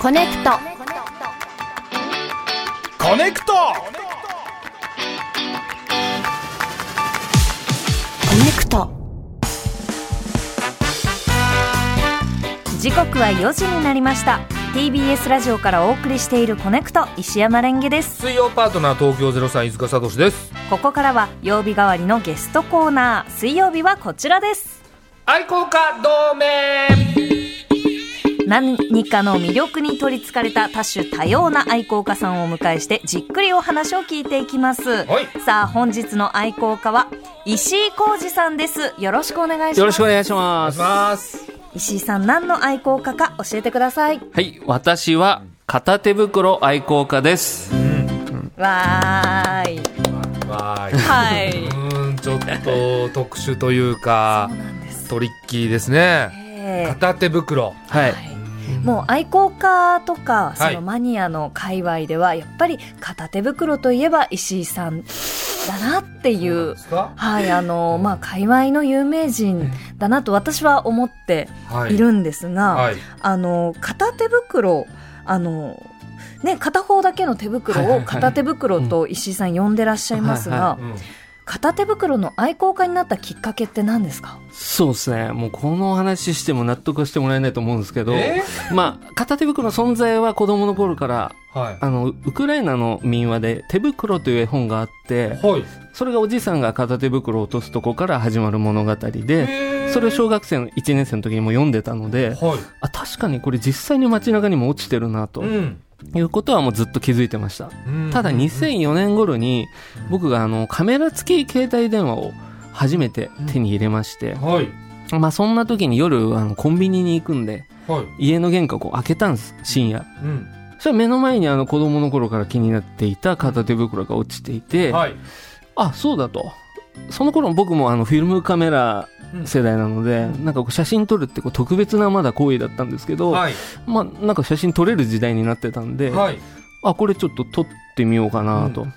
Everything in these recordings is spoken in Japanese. コネクトコネクトコネクト時刻は4時になりました TBS ラジオからお送りしているコネクト石山レンゲです水曜パートナー東京ゼロさん飯塚聡ですここからは曜日代わりのゲストコーナー水曜日はこちらです愛好家同盟何かの魅力に取りつかれた多種多様な愛好家さんをお迎えしてじっくりお話を聞いていきます、はいさあ本日の愛好家は石井浩二さんですよろしくお願いしますよろしくお願いします。ます石井さん何の愛好家か教えてくださいはい、私は片手袋愛好家です。わーいははういーんちょっと特殊というかトリッキーですねえ片手袋はい。ーもう愛好家とかそはいのマニアの界隈ではやっぱり片手袋といえば石井さんだなっていうですかはいあのまあ界隈の有名人だなと私は思ってはいるんですが、はいあの片手袋あのね片方だけの手はいはい袋はをい片手袋と石井さん呼んでらっしゃいますはいはがうん片手袋の愛好家になったきっかけって何ですかそうですね。もうこのお話しても納得してもらえないと思うんですけど、えまあ、片手袋の存在は子供の頃から、はいあの、ウクライナの民話で手袋という絵本があって、はいそれがおじさんが片手袋を落とすとこから始まる物語で、えそれを小学生の1年生の時にも読んでたので、はいあ、確かにこれ実際に街中にも落ちてるなとんいうことはもうずっと気づいてました。うんただ2004年頃に僕があのカメラ付き携帯電話を初めて手に入れまして、はいまあそんな時に夜あのコンビニに行くんではい家の玄関こう開けたんです深夜うんそしたら目の前にあの子供の頃から気になっていた片手袋が落ちていて、はいあそうだとその頃僕もあのフィルムカメラ世代なので、なんかこう写真撮るってこう特別なまだ行為だったんですけど、はいまあなんか写真撮れる時代になってたんで、はいあ、これちょっと撮ってみようかなと。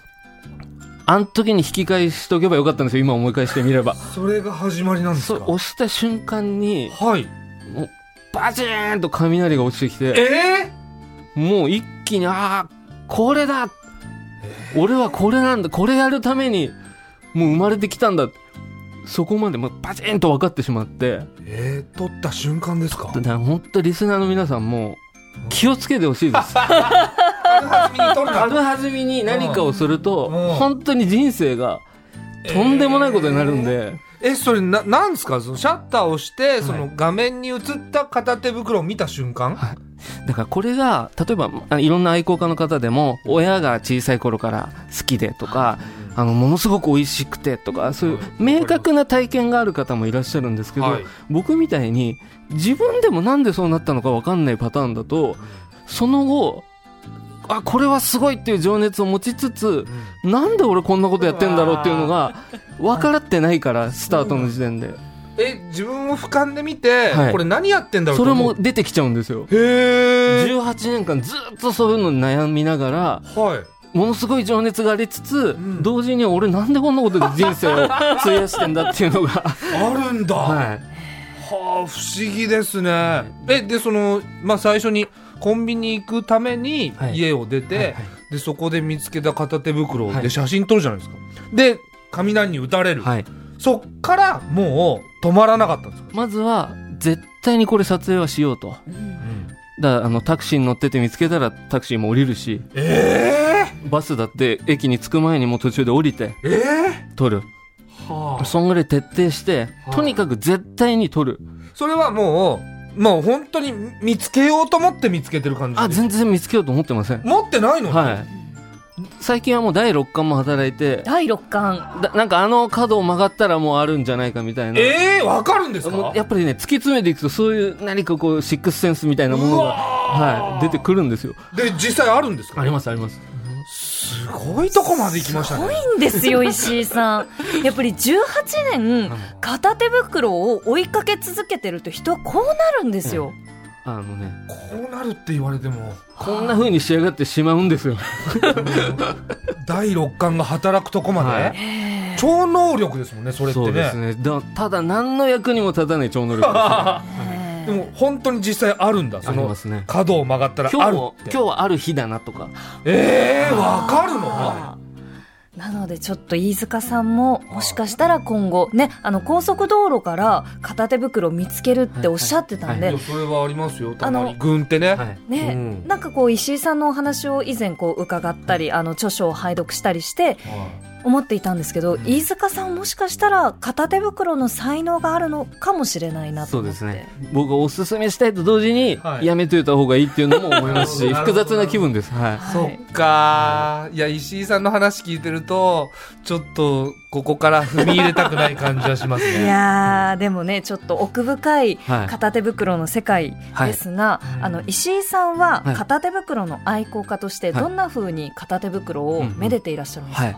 あん時に引き返しとけばよかったんですよ、今思い返してみれば。 それが始まりなんですそうか、押した瞬間に、はいバチーンと雷が落ちてきて、えもう一気に、ああ、これだ俺はこれなんだ、これやるために、もう生まれてきたんだ。そこまでもうバチーンと分かってしまって、えー、撮った瞬間ですかだから本当リスナーの皆さんも、気をつけてほしいです。初めに撮るあるはずみに何かをすると、うん本当に人生が、とんでもないことになるんで、えそれななんですかそのシャッターを押して、その画面に映った片手袋を見た瞬間いだからこれが例えばあのいろんな愛好家の方でも親が小さい頃から好きでとかあのものすごく美味しくてとかそういう明確な体験がある方もいらっしゃるんですけど、はい僕みたいに自分でもなんでそうなったのか分かんないパターンだとその後あこれはすごいっていう情熱を持ちつつなんで俺こんなことやってんだろうっていうのが分からってないからスタートの時点でえ自分を俯瞰で見て、はいこれ何やってんだろうそとれ思もう出てきちゃうんですよ。へえ18年間ずっとそういうのに悩みながらはいものすごい情熱がありつつ、ん同時に俺なんでこんなことで人生 を費やしてんだっていうのがあるんだ、ははいあ不思議ですねえでそのまあ最初にコンビニ行くためにはい家を出て、はいはいでそこで見つけた片手袋はでい写真撮るじゃないですか、で雷に打たれる、はいそっからもう止まらなかったんですか、まずは絶対にこれ撮影はしようとだからあのタクシーに乗ってて見つけたらタクシーも降りるしえバスだって駅に着く前にもう途中で降りてえええ撮るはそんぐらい徹底してとにかく絶対に撮るそれはもうもう本当に見つけようと思って見つけてる感じあ全然見つけようと思ってません持ってないの、はい最近はもう第六感も働いて第六感だなんかあの角を曲がったらもうあるんじゃないかみたいなええわかるんですもかうやっぱりね突き詰めていくとそういう何かこうシックスセンスみたいなものが、うわーはい、出てくるんですよで実際あるんですかますありますすごいとこまで行きましたねいいんですよ石井さんやっぱり18年片手袋を追いかけ続けてると人はこうなるんですよ、あのねこうなるって言われても こんな風に仕上がってしまうんですよ第六感が働くとこまで、は超 能力ですもんねそれってそうですねねだただ何の役にも立たない超能力ですねえねでも本当に実際 あるんだそありのますね角を曲がったら今あ日るもって今日はある日だなとかええー、わかるのあーなのでちょっと飯塚さんももしかしたら今後ねあの高速道路から片手袋を見つけるっておっしゃってたんはでいいやそれはありますよたまあにの軍ってね、はいね、うんなんかこう石井さんのお話を以前こう伺ったりあの著書を拝読したりしてはい思っていたんですけど飯塚さんもしかしたら片手袋の才能があるのかもしれないなとそうで思ってすね僕がおすすめしたいと同時にはいやめといた方がいいっていうのも思いますし、 なるほ複ど雑な気分ですはいはいそっかーいや石井さんの話聞いてるとちょっとここから踏み入れたくない感じはしま すいねやーでもねちょっと奥深いはい片手袋の世界ですが、はいあの石井さんははい片手袋の愛好家としてはいどんな風に片手袋をめでていらっしゃるんですか、はい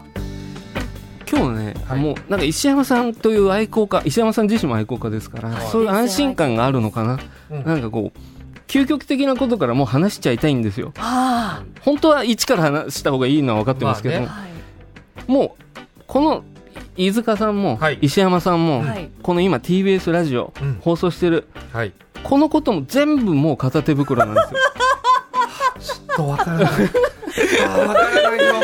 今日ね、はいもうなんか石山さんという愛好家石山さん自身も愛好家ですから、はいそういう安心感があるのかな、うんなんかこう究極的なことからもう話しちゃいたいんですよあ本当は一から話した方がいいのは分かってますけど、ーまはいもうこの飯塚さんもはい石山さんも、はいこの今 TBS ラジオうん放送してるはいこのことも全部もう片手袋なん ですよちょっとわ からないあーわからないよ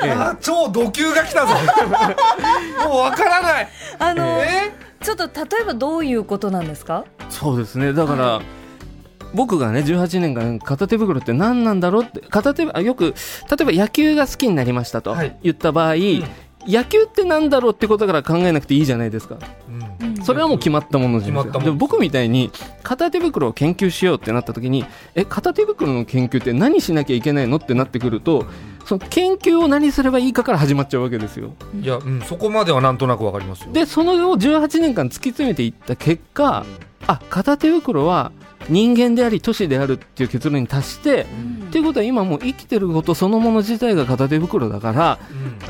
あー超度級が来たぞ もうわからないあのーえちょっと例えばどういうことなんですかそうですねだから、僕がね18年間片手袋って何なんだろうって片手あよく例えば野球が好きになりましたとはい言った場合、野球ってなんだろうってことから考えなくていいじゃないですかうんそれはもう決まったものじゃないです決まったもかのでも僕みたいに片手袋を研究しようってなった時にえ片手袋の研究って何しなきゃいけないのってなってくるとその研究を何すればいいかから始まっちゃうわけですよいや、うん、そこまではなんとなくわかりますよ。でそのを18年間突き詰めていった結果あ片手袋は人間であり都市であるっていう結論に達してうんっていうことは今もう生きてることそのもの自体が片手袋だから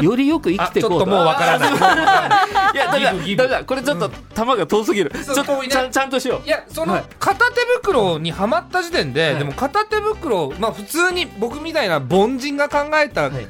うんよりよく生あきていちょこっうともうわからない。 いやだギブめギブだだめだこれちょっと球が遠すぎる、ちそうょっ遠といねちゃんちゃんとしよういやそはのい片手袋にはまった時点で、はいでも片手袋まあ普通に僕みたいな凡人が考えはた、い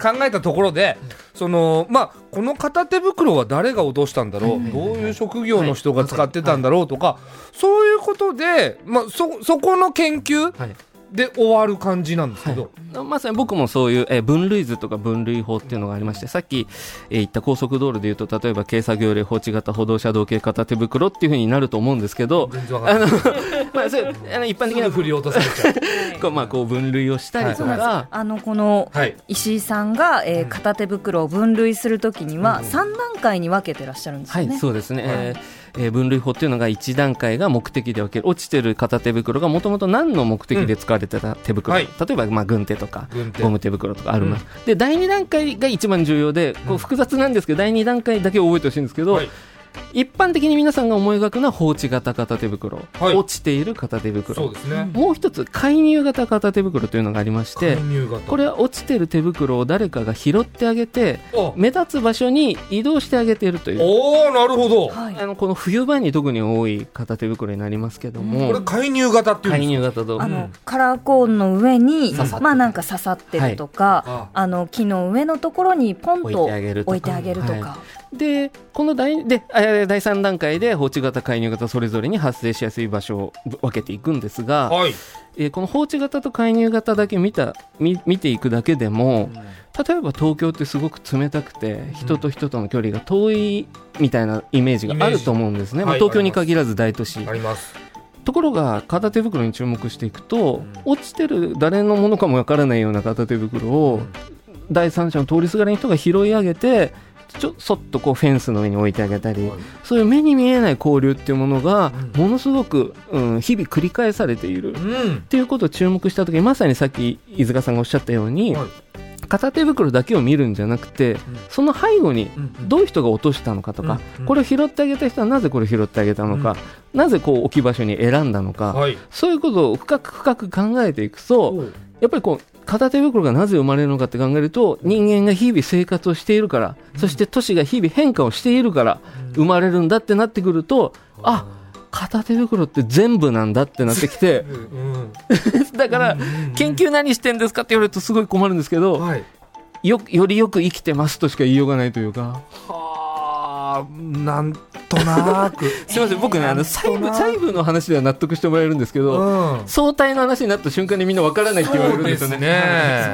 考えたところで、そのまあこの片手袋は誰が落としたんだろう、はいはいはいどういう職業の人が使ってたんだろうとか、そういうことでまあそそこの研究はいで終わる感じなんですけど、まさに僕もそういう、えー分類図とか分類法っていうのがありましてさっき、えー言った高速道路でいうと例えば軽作業例放置型歩道車道系片手袋っていうふうになると思うんですけ ど全然わかあんなのい。、まあ、それあの一般的な振り落とされちゃ う。こうまあ、こう分類をしたりとはか、いあのこのはい。石井さんが、えーうん片手袋を分類するときにうはん3段階に分けてらっしゃるんですはよい、ね。そうですね、えーえー分類法っていうのが1段階が目的で分ける落ちてる片手袋がもともと何の目的で使われてた手袋、うんはい例えば、まあ、軍手とか軍手ゴム手袋とかあるな、で第2段階が一番重要でこう複雑なんですけど、第2段階だけ覚えてほしいんですけど、はい一般的に皆さんが思い描くのは放置型片手袋、はい落ちている片手袋そうですね。もう一つ介入型片手袋というのがありまして介入型これは落ちてる手袋を誰かが拾ってあげてお目立つ場所に移動してあげているというおーなるほど。こはいあのこの冬場に特に多い片手袋になりますけども、うんれ介入型っていうんで介すか。入型とあうのんカラーコーンの上に刺さってまあなんか刺さってるとか、はいああの木の上のところにポンと置いてあげるとか置いてあげるとか、はでこの第でえー第3段階で放置型介入型それぞれに発生しやすい場所を分けていくんですが、はい。えーこの放置型と介入型だけ見た見見ていくだけでも例えば東京ってすごく冷たくて人と人との距離が遠いみたいなイメージがあると思うんですね、イメージまあ、はい東京に限らず大都市、あります。ところが片手袋に注目していくと、落ちてる誰のものかもわからないような片手袋を、第三者の通りすがりの人が拾い上げてちょそっとこうフェンスの上に置いてあげたり、はいそういう目に見えない交流っていうものがうんものすごく、うん、日々繰り返されている。うっん。ていうことを注目した時にまさにさっき飯塚さんがおっしゃったように、はい片手袋だけを見るんじゃなくて、その背後にうんどういう人が落としたのかとか、うんこれを拾ってあげた人はなぜこれを拾ってあげたのか、なぜこう置き場所に選んだのか、はい。そういうことを深く深く考えていくとやっぱりこう片手袋がなぜ生まれるのかって考えると人間が日々生活をしているからそして都市が日々変化をしているから生まれるんだってなってくるとあ片手袋って全部なんだってなってきてうん。だから研究何してんですかって言われるとすごい困るんですけどはい。よよりよく生きてますとしか言いようがないというかはあ、なんとなく、すみません、僕ね、あの細部細部の話では納得してもらえるんですけうど、ん、相対の話になった瞬間にみんなわからないって言われるんですよね。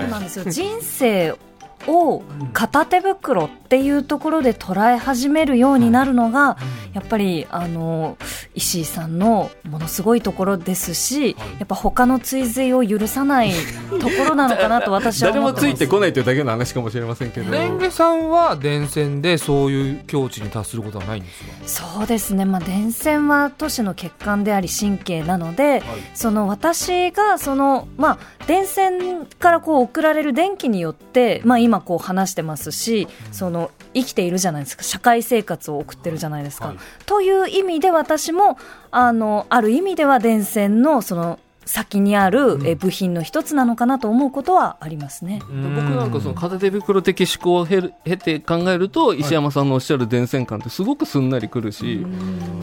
そうなんですよ人生を片手袋っていうところで捉え始めるようになるのが、やっぱりあの石井さんのものすごいところですし、やっぱ他の追随を許さないところなのかなと私は誰思もってつまいすて。こないというだけの話かもしれませんけど。レンゲさんは電線でそういう境地に達することはないんですかそうですね、まあ、電線は都市の血管であり神経なので、その私がその、まあ、電線からこう送られる電気によって、まあ、今こう話してますしその生きているじゃないですか社会生活を送ってるじゃないですか。という意味で私もあのある意味では電線のその先にあるえ部品の一つなのかなと思うことはありますね。僕なんかその片手袋的思考を経る経て考えると石山さんのおっしゃる電線感ってすごくすんなりくるし、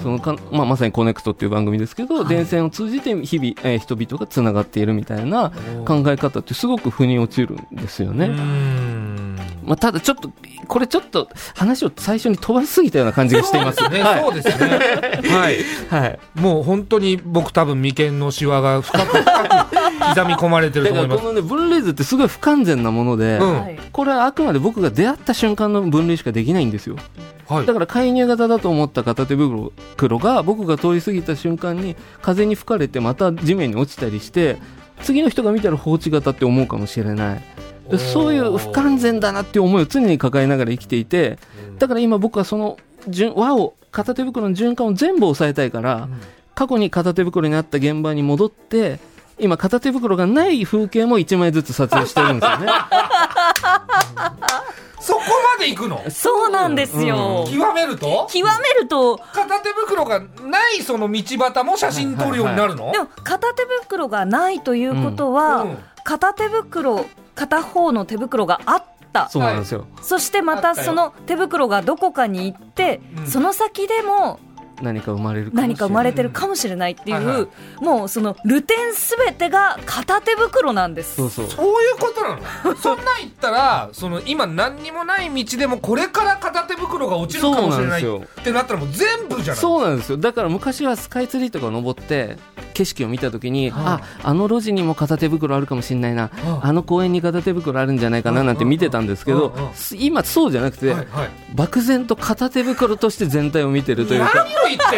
そのかまあ、まさに「コネクト」っていう番組ですけど、電線を通じて日々、えー人々がつながっているみたいな考え方ってすごく腑に落ちるんですよね。うんまあ、ただちょっとこれちょっと話を最初に飛ばしすぎたような感じがしてい ます。ね、そうですね。はい。はいもう本当に僕多分眉間のシワが深く深く刻み込まれてるだとか思いまらすこ。のね分類図ってすごい不完全なもので、うんはいこれはあくまで僕が出会った瞬間の分類しかできないんですよはいだ。から介入型だと思った片手袋が僕が通り過ぎた瞬間に風に吹かれてまた地面に落ちたりして次の人が見たら放置型って思うかもしれないでそういう不完全だなっていう思いを常に抱えながら生きていてだから今僕はその順和を片手袋の循環を全部抑えたいから、過去に片手袋にあった現場に戻って今片手袋がない風景も1枚ずつ撮影してるんです よね。そこまで行くのそうなんですよ、極めると極めると片手袋がないその道端も写真撮るようになるの、でも片手袋がないということは、うんうん片手袋片方の手袋があったそうなんですよ。そしてまたその手袋がどこかに行って、うんその先でも何か生まれるかもしれない何か生まれてるかもしれないっていう、はいはもうそのルテンすべてが片手袋なんですそうそう。そういうことなのそんなん言ったらその今何にもない道でもこれから片手袋が落ちるかもしれないそうなんでってなったらもう全部じゃないそうなんですよだから昔はスカイツリーとか登って景色を見た時に、ああの路地にも片手袋あるかもしれないな、うんあの公園に片手袋あるんじゃないかななんて見てたんですけど、うんうんうん今そうじゃなくて、はいはい漠然と片手袋として全体を見てるという何かを言って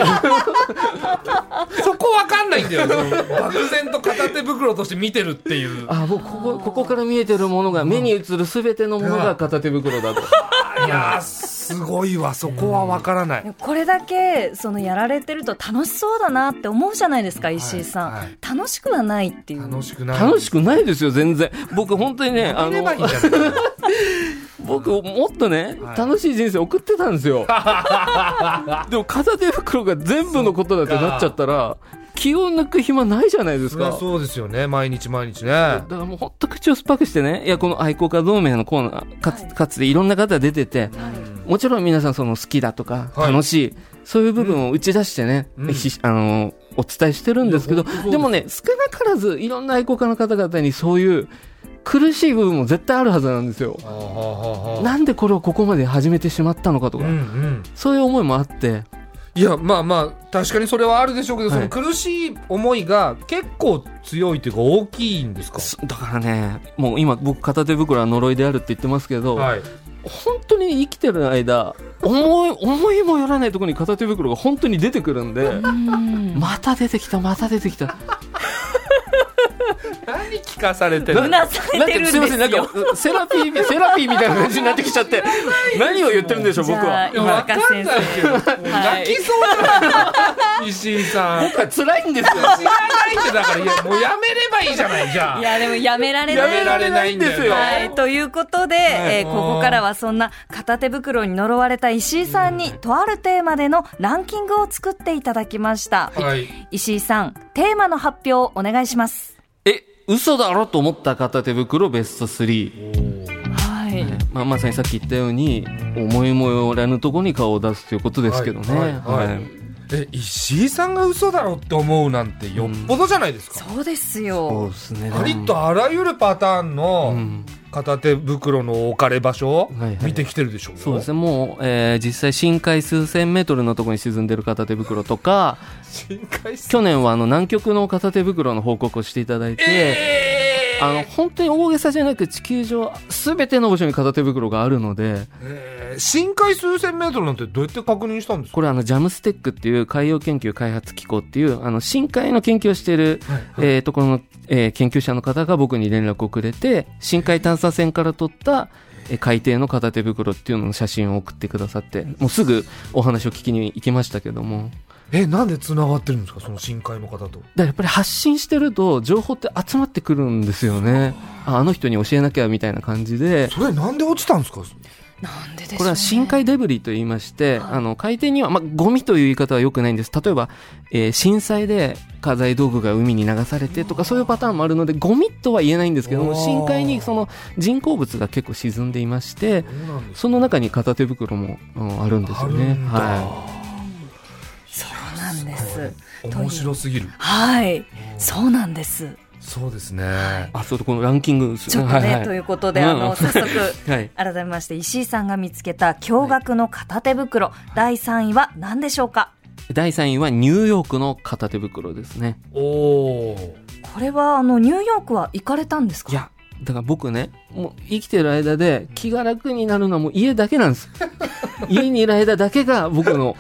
る そこわかんないんだよ漠然と片手袋として見てるっていうあもうここここから見えてるものが目に映るすべてのものが片手袋だと、いやーすごいわそこはわからない、これだけそのやられてると楽しそうだなって思うじゃないですか石井さん、はいは楽しくはないっていう楽しくない楽しくないですよ全然僕本当にねあ見れのばいいんじゃない僕もっとね、はい楽しい人生送ってたん ですよでも片手袋が全部のことだってなっちゃったら気を抜く暇ないじゃないですそりゃかそうですよね。毎日毎日ね。だからもうほんと口を酸っぱくしてねいやこの愛好家同盟のコーナーかつかつていろんな方が出てて、もちろん皆さんその好きだとかはい楽しい、そういう部分を打ち出してね、うんひあのお伝えしてるんですけどいや本当そうですでもね少なからずいろんな愛好家の方々にそういう苦しい部分も絶対あるはずなんですよ。あーはーはーはーなんでこれをここまで始めてしまったのかとうか、んうんそういう思いもあって、いや、まあまあ、確かにそれはあるでしょうけど、はいその苦しい思いが結構強いというか大きいんですかすだからね、もう今僕片手袋は呪いであるって言ってますけど、はい。本当に生きてる間、思い、思いもよらないところに片手袋が本当に出てくるんで、うんまた出てきた、また出てきた。何聞かされてうるなされてるんですなんかすいませよん、なんかうセラピー、セラピーみたいな感じになってきちゃって、何を言ってるんでしょう、じ僕ゃあは。今若先生は泣きそうだな石井さん。僕は辛いんですよ。知らないってだから、いや、もうやめればいいじゃない、じゃあい。やでもやめられないやめられないんだよねはい、ということで、えーここからはそんな片手袋に呪われた石井さんに、とあるテーマでのランキングを作っていただきました、はい。石井さんテーマの発表をお願いしますえ、嘘だろと思った片手袋ベスト3。はい、まあ、まさにさっき言ったように思いもよらぬとこに顔を出すということですけどね。はいはいはいえ、石井さんが嘘だろって思うなんてよっぽどじゃないですか。そうですそようですね。ありとあらゆるパターンのうん片手袋の置かれ場所、はいはい見てきてるでしょそうですねもう、えー実際深海数千メートルのところに沈んでる片手袋とか深海水去年はあの南極の片手袋の報告をしていただいて、あの本当に大げさじゃなく地球上全ての場所に片手袋があるのでえー深海数千メートルなんてどうやって確認したんですかこれあのジャムステックっていう海洋研究開発機構っていうあの深海の研究をしている、えーところの、えー研究者の方が僕に連絡をくれて深海探査船から撮った、えー海底の片手袋っていうのの写真を送ってくださってもうすぐお話を聞きに行きましたけども。えなんで繋がってるんですかその深海の方とだからやっぱり発信してると情報って集まってくるんですよねああの人に教えなきゃみたいな感じでそれなんで落ちたんですかなんででしょう、ね、これは深海デブリと言いまして、あの海底には、まあ、ゴミという言い方は良くないんです例えば、えー震災で家財道具が海に流されてとかそういうパターンもあるのでゴミとは言えないんですけどもおー深海にその人工物が結構沈んでいましてその中に片手袋も、うんあるんですよね。はそうなんです面白すぎるはいそうなんですそうですね、い、あそうだこのランキングですちょっとね、はいはいということで、うんあの、早速、はい改めまして、石井さんが見つけた驚愕の片手袋、第3位は何でしょうか第3位はニューヨークの片手袋ですね。おおこれは、あの、ニューヨークは行かれたんですかいや、だから僕ね、もう生きてる間で気が楽になるのはもう家だけなん です。家にいる間だけが僕の、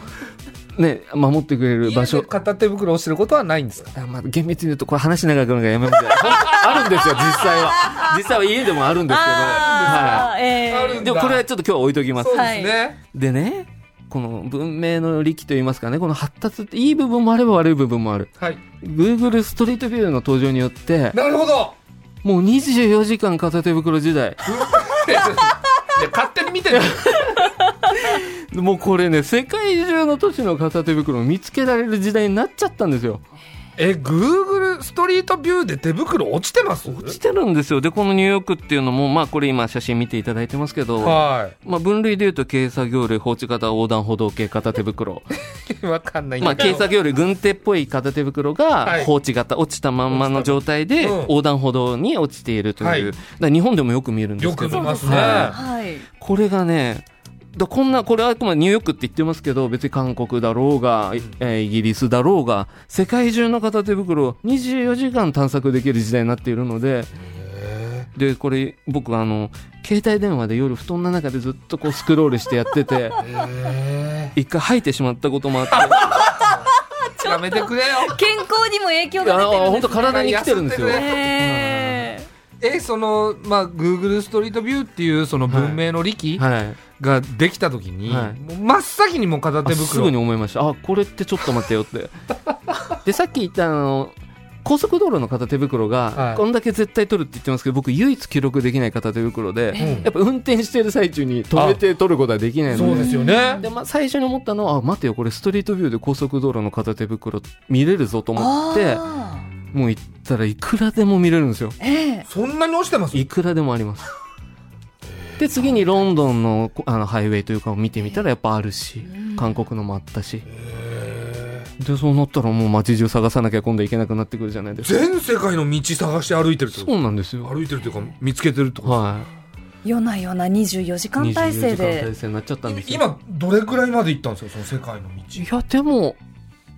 ね、守ってくれる場所。片手袋をしてることはないんですかあまあ、厳密に言うと、これ話長くなるからやめますけど あるんですよ、実際は。実際は家でもあるんですけど。はあー、えーあるい。でもこれはちょっと今日は置いときますそう。ですはいね、でね、この文明の力といいますかね、この発達っていい部分もあれば悪い部分もある。はい Google ストリートビューの登場によって、なるほど もう24時間片手袋時代。いや勝手に見てるもうこれね、世界中の都市の片手袋を見つけられる時代になっちゃったんですよ。え Google ストリートビューで手袋落ちてます落ちてるんですよ。で、このニューヨークっていうのも、まあこれ今写真見ていただいてますけど、はまあ分類でいうと軽作業類、放置型、横断歩道系片手袋。いわかんないんまあだけ軽ど作業類、軍手っぽい片手袋はがい放置型、落ちたまんまの状態で落ちたうん横断歩道に落ちているという。はいだから日本でもよく見るんですけど。よく見ますねはいはい。これがねだこんなこれはあくまでニューヨークって言ってますけど別に韓国だろうが、いえーイギリスだろうが世界中の片手袋を24時間探索できる時代になっているのででこれ僕あの携帯電話で夜布団の中でずっと こうスクロールしてやってて一回吐いてしまったこともあ ってあやめてくれよ健康にも影響が出てるん本です当体に来てるんですよ痩せてねえ えそのまあ Google ストリートビューっていうその文明の力はいができた時に、はいもう真っ先にもう片あ手すぐ袋に思いましたあこれってちょっと待ってよって でさっき言ったあの高速道路の片手袋が、はいこんだけ絶対取るって言ってますけど僕唯一記録できない片手袋で、うんやっぱ運転してる最中に止めて取ることはできないのでそうですよねでまあ、最初に思ったのはあ待てよこれストリートビューで高速道路の片手袋見れるぞと思ってあもう行ったらいくらでも見れるんですよーええそんなに落ちてますいくらでもありますで次にロンドンのこあのハイウェイというかを見てみたらやっぱあるし韓国のもあったしでそうなったらもう街中探さなきゃ今度行けなくなってくるじゃないですか全世界の道探して歩いてるってことそうなんですよ歩いてるというか見つけてるってこは夜な夜な24時い間体24制時間で体。制になっちゃったとんですよ今どれくらいまで行ったんですかその世界の道いやでも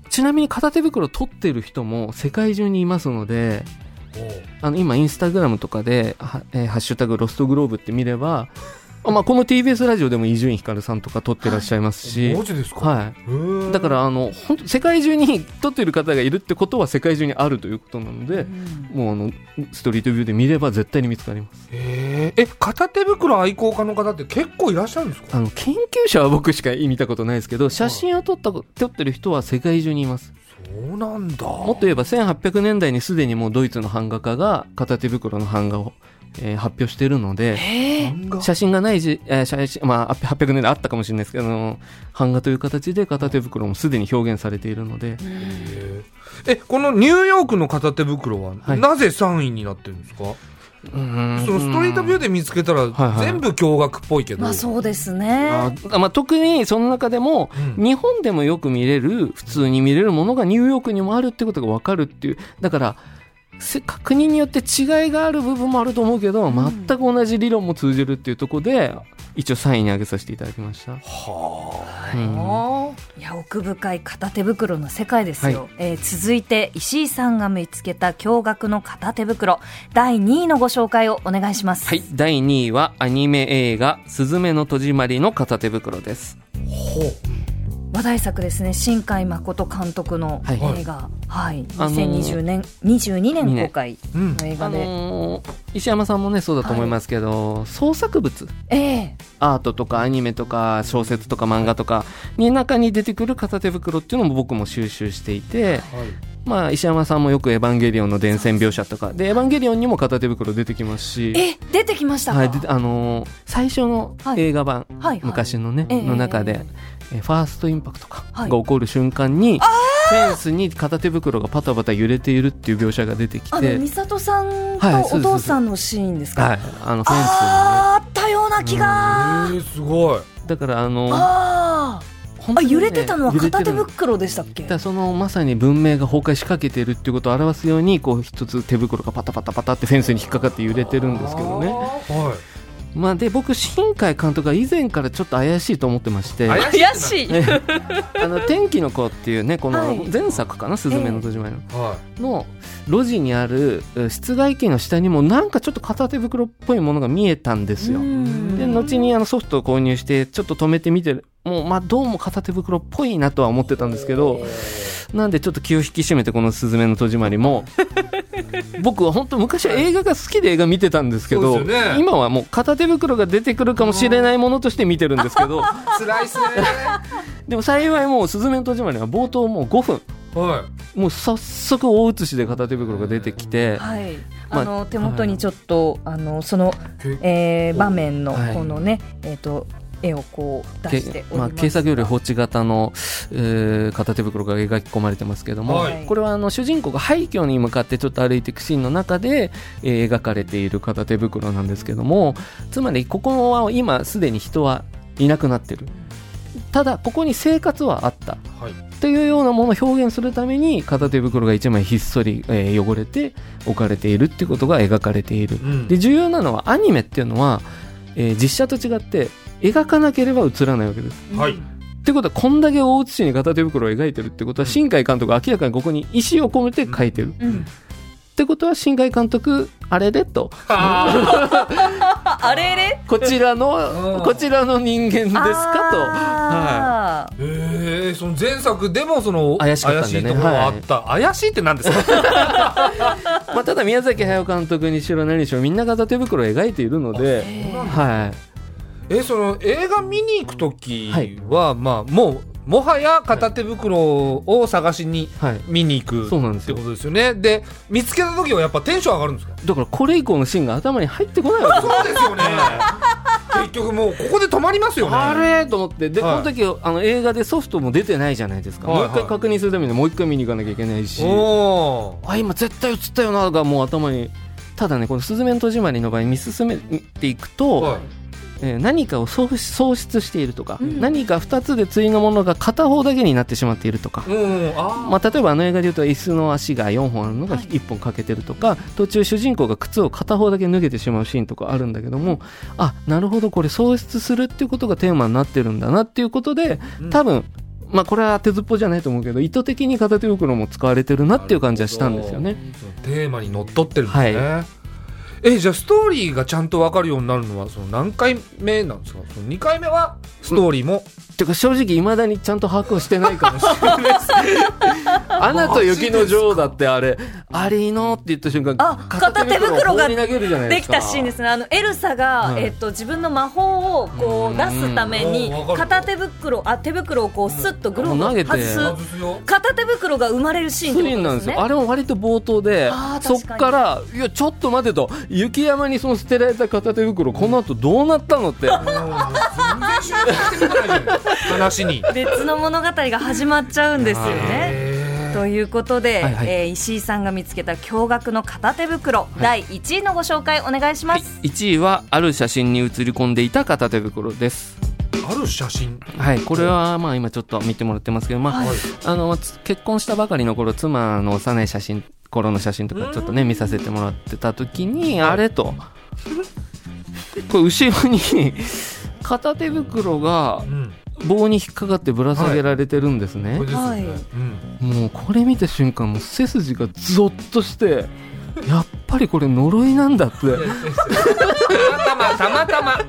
ちなみに片手袋取ってる人も世界中にいますのであの今インスタグラムとかで「はえーハッシュタグロストグローブ」って見ればあまあこの TBS ラジオでも伊集院光さんとか撮ってらっしゃいますしマジですか、はいへーだからあの本当世界中に撮っている方がいるってことは世界中にあるということなので、もうあのストリートビューで見れば絶対に見つかりますへーえ片手袋愛好家の方って結構いらっしゃるんですかあの研究者は僕しか見たことないですけど写真を撮った撮ってる人は世界中にいますそうなんだもっと言えば1800年代にすでにもうドイツの版画家が片手袋の版画を、えー発表しているので漫画写真がないじ、えー写真まあ、800年代あったかもしれないですけどあの版画という形で片手袋もすでに表現されているので、えこのニューヨークの片手袋は、はいなぜ3位になってるんですかうんそのストリートビューで見つけたら、はいはい全部驚愕っぽいけど、まあそうですね。あまあ、特にその中でも、うん日本でもよく見れる普通に見れるものがニューヨークにもあるってことが分かるっていうだからせ国によって違いがある部分もあると思うけど、全く同じ理論も通じるっていうところで一応3位に挙げさせていただきました。うんいや奥深い片手袋の世界ですよ、えー続いて石井さんが見つけた驚愕の片手袋第2位のご紹介をお願いします、はい、第2位はアニメ映画「すずめの戸締まり」の片手袋です。話題作ですね新海誠監督のはい映画、はいあのー2020年、22年公開うんの映画あで、のー石山さんもねそうだと思いますけど、創作物ええアートとかアニメとか小説とか漫画とかに中に出てくる片手袋っていうのも僕も収集していて、まあ石山さんもよく「エヴァンゲリオン」の伝染描写とかで「エヴァンゲリオン」にも片手袋出てきますし。え出てきましたか、はい、であのー最初のはい映画版、はいはい昔のね、ええの中で、えーファーストインパクトか、はいが起こる瞬間にフェンスに片手袋がパタパタ揺れているっていう描写が出てきてあの美里さんはいそうとおです父さんのシーンですか、はい、あのフェンスにねあーあったような気が、えー、すごいだからあのあ本当ーあにね揺れてたのは片手揺れてるだ袋でしたっけからそのまさに文明が崩壊しかけてるっていうことを表すようにこう一つ手袋がパタパタパタってフェンスに引っかかって揺れてるんですけどねはまあで僕新海監督が以前からちょっと怪しいと思ってまして怪怪しいねあの天気の子っていうねこはのい前作かな「すずめの戸締まりい」のはの路地にあるえ室外機の下にもなんかちょっと片手袋っぽいものが見えたんですよ。うんで後にあのソフトを購入してちょっと止めてみてもうまあどうも片手袋っぽいなとは思ってたんですけどなんでちょっと気を引き締めてこの「すずめの戸締まり も」僕は本当昔は映画が好きで映画見てたんですけそどうですよね今はもう片手袋が出てくるかもしれないものとして見てるんですけど。い辛いっすね でも幸いもう「すずめの戸締まり」は冒頭もう5分はいもう早速大写しで片手袋が出てきて、はい。まああの手元にちょっと、あのその、えー、場面のはいこのね、えっ、と絵をこう出しけておりままあ、す。軽作業り放置型の、えー片手袋が描き込まれてますけども、はいこれはあの主人公が廃墟に向かってちょっと歩いていくシーンの中で、えー描かれている片手袋なんですけどもつまりここは今すでに人はいなくなってるただここに生活はあったはいというようなものを表現するために片手袋が1枚ひっそり、えー汚れて置かれているっていうことが描かれているうんで重要なのはアニメっていうのは、えー実写と違って描かなければ映らないわけです。はいっ てことはこんだけ大写しに片手袋を描いてるってことは新海監督は明らかにここに意思を込めて描いてる。っうん、てことは新海監督あれでとあああれれこちらのこちらの人間ですかと。はかーえー、その前作でもその怪しかったんでね怪しいところはあった、怪しいって何ですか いまあ、ただ宮崎駿監督にしろ何にしろみんな片手袋を描いているので、はい、えーその映画見に行く時は、まあもうもはや片手袋を探しにはい、見に行くそうなんでっすてよことですよねで見つけた時はやっぱテンション上がるんですかだからこれ以降のシーンが頭に入ってこないわけそうですですよね 結局もうここで止まりますよねあれと思ってで、はいこの時あの映画でソフトも出てないじゃないですか、はいはいもう一回確認するためにもう一回見に行かなきゃいけないしおーあ今絶対映ったよながもう頭にただねこの「すずめの戸締まり」の場合見進めていくと、はいえー何かを喪失喪失しているとか、うん何か2つで対のものが片方だけになってしまっているとか。うんうんあーまあ、例えばあの映画でいうと椅子の足が4本あるのが1本欠けてるとか、途中主人公が靴を片方だけ脱げてしまうシーンとかあるんだけどもあなるほどこれ喪失するっていうことがテーマになってるんだなっていうことでうん多分、まあ、これは手ずっぽうじゃないと思うけど意図的に片手袋も使われてるなっていう感じはしたんですよね。テーマにのっとってるんですね、えじゃあストーリーがちゃんと分かるようになるのはその何回目なんですかその2回目はストー リーも、てか正直いまだにちゃんと把握をしてない かもしれないです。アナと雪の女王だって あれ「アリーノ」って言った瞬間あ片手袋が放り投げるじゃないでできすかたシーンですねあのエルサが、はいえっと自分の魔法をこううん出すためにうんわかる片手袋あ手袋をこうスッとグローブ投げをて外す外すよ片手袋が生まれるシーンってシこーンとなんでですすねよあれも割と冒頭であーそ確っかにから「いやちょっと待て」と「雪山にその捨てられた片手袋この後どうなったの?」って 話に別の物語が始まっちゃうんですよねえということで、はいはいえー石井さんが見つけた驚愕の片手袋、第1位のご紹介お願いします。 1位はある写真に写り込んでいた片手袋ですーある写真はい、これはまあ今ちょっと見てもらってますけど、まあはいあのつ結婚したばかりの頃妻の幼い写真頃の写真とかちょっとね見させてもらってた時にあれとこれ後ろに 片手袋がうん棒に引っかかってぶら下げられてるんですね、これですよねはういんもうこれ見た瞬間もう背筋がゾッとしてやっぱりこれ呪いなんだってたまたまたまたまこ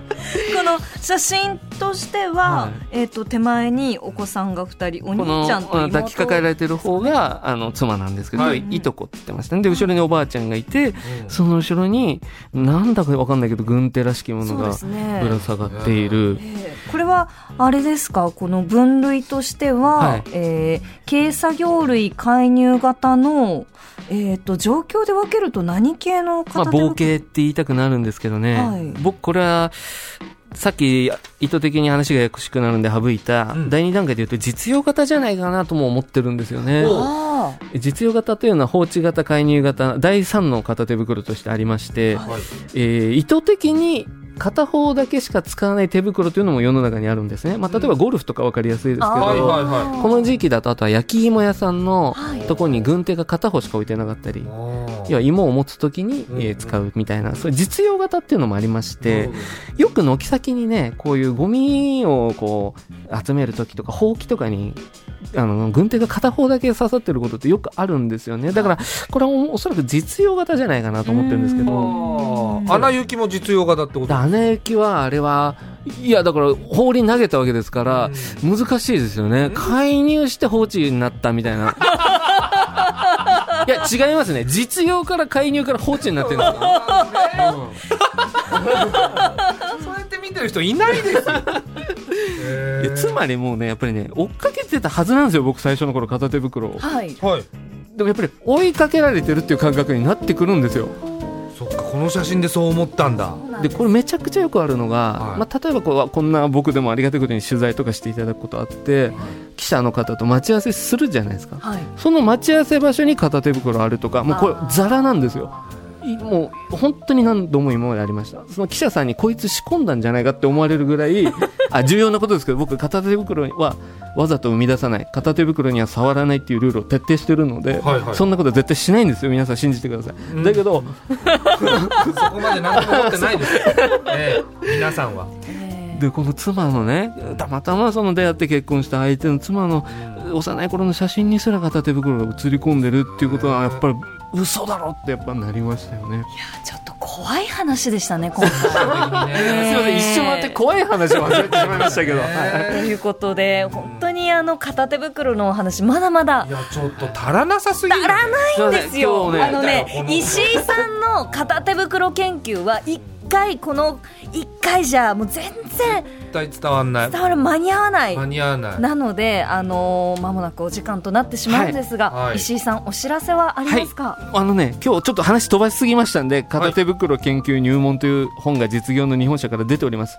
の写真としては、はいえっ、と手前にお子さんが二人おこの兄ちゃんとうん妹抱きかかえられてる方があの妻なんですけど、はいい、とこって言ってましたねで後ろにおばあちゃんがいてその後ろになんだかわかんないけど軍手らしきものそうがですねぶら下がっている、えーこれはあれですかこの分類としては、はいえー軽作業類介入型の、えー、と状況で分けると何系のまあ、片手袋冒険って言いたくなるんですけどね、はい僕これはさっき意図的に話がややこしくなるんで省いた、うん第2段階で言うと実用型じゃないかなとも思ってるんですよね。ああ実用型というのは放置型介入型第3の片手袋としてありまして、はいえー意図的に片方だけしか使わない手袋というのも世の中にあるんですね、まあ、例えばゴルフとか分かりやすいですけど、はいはいはいあーこの時期だとあとは焼き芋屋さんのはいとこに軍手が片方しか置いてなかったり、あー要は芋を持つ時に、うんうんえー使うみたいなそういう実用型っていうのもありましなるてほどよく軒先にねこういうゴミをこう集める時とかほうきとかにあの軍手が片方だけ刺さってることってよくあるんですよねだからこれはおおそらく実用型じゃないかなと思ってるんですけど。あー穴行きも実用型ってことだね雪はあれはいやだから放り投げたわけですから難しいですよね介入して放置になったみたいないや違いますね実用から介入から放置になってる んですよそうやって見てる人いないですよいやつへまりもうねやっぱりね追っかけてたはずなんですよ僕最初の頃片手袋をはいーはいでもやっぱり追いかけられてるっていう感覚になってくるんですよそっかこの写真でそう思ったんだでこれめちゃくちゃよくあるのが、はいまあ、例えばこうこんな僕でもありがたいことに取材とかしていただくことあって記者の方と待ち合わせするじゃないですかはいその待ち合わせ場所に片手袋あるとかもうこれあーザラなんですよいもう本当に何度も今までありましたその記者さんにこいつ仕込んだんじゃないかって思われるぐ らいあ重要なことですけど僕片手袋はわざと生み出さない片手袋には触らないっていうルールを徹底してるので、はいはいそんなことは絶対しないんですよ皆さん信じてください、んだけどそこまで何も思ってないですよ、ええ皆さんはえーでこの妻のねたまたまその出会って結婚した相手の妻の幼い頃の写真にすら片手袋が写り込んでるっていうことはやっぱり嘘だろってやっぱなりましたよねちょっと怖い話でしたね 今回、すいません一緒瞬待って怖い話を始めてしまいましたけど、はいということで本当にあの片手袋のお話まだまだいやちょっと足らなさすぎる足らないんですよ。すいまあせん今の日ねね、石井さんの片手袋研究は一回この一回じゃもう全然絶対伝わんない伝わる間に合わない間。に合わないなのであのー間もなくお時間となってしまうんですが、はいはい石井さんお知らせはありますか。あのね今日ちょっと話飛ばしすぎましたんで片手袋研究入門という本が実業の日本社から出ております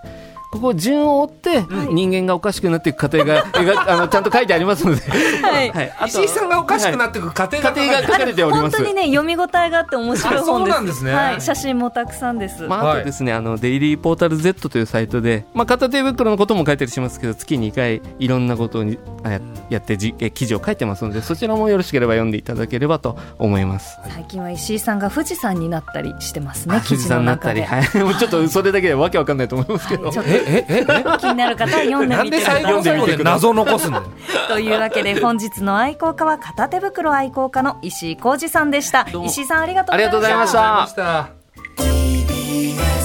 ここ順を追って人間がおかしくなっていく過程 が、描かあのちゃんと書いてありますので、はいはい、あと石井さんがおかしくなってく過程が過程が書かれておりま本す当にね読み応えがあって面白い本です。あそうなんですねはい、写真もたくさんです。まあ、あはいとですね、あのデイリーポータル Z というサイトで、まあ、片手袋のことも書いたりしますけど月2回いろんなことをにあややってじえ記事を書いてますのでそちらもよろしければ読んでいただければと思います。最近は石井さんが富士山になったりしてますね。記富士事山のになっ中たり、で。はい、 もうちょっとそれだけでわけわかんないと思いますけど、ちょっえええと気になる方は読んでなんみてでくださ最い。後の最後で謎残す の というわけで本日の愛好家は片手袋愛好家の石井浩二さんでしたどうも石井さんありがとうあござりいがとうございましまたした。した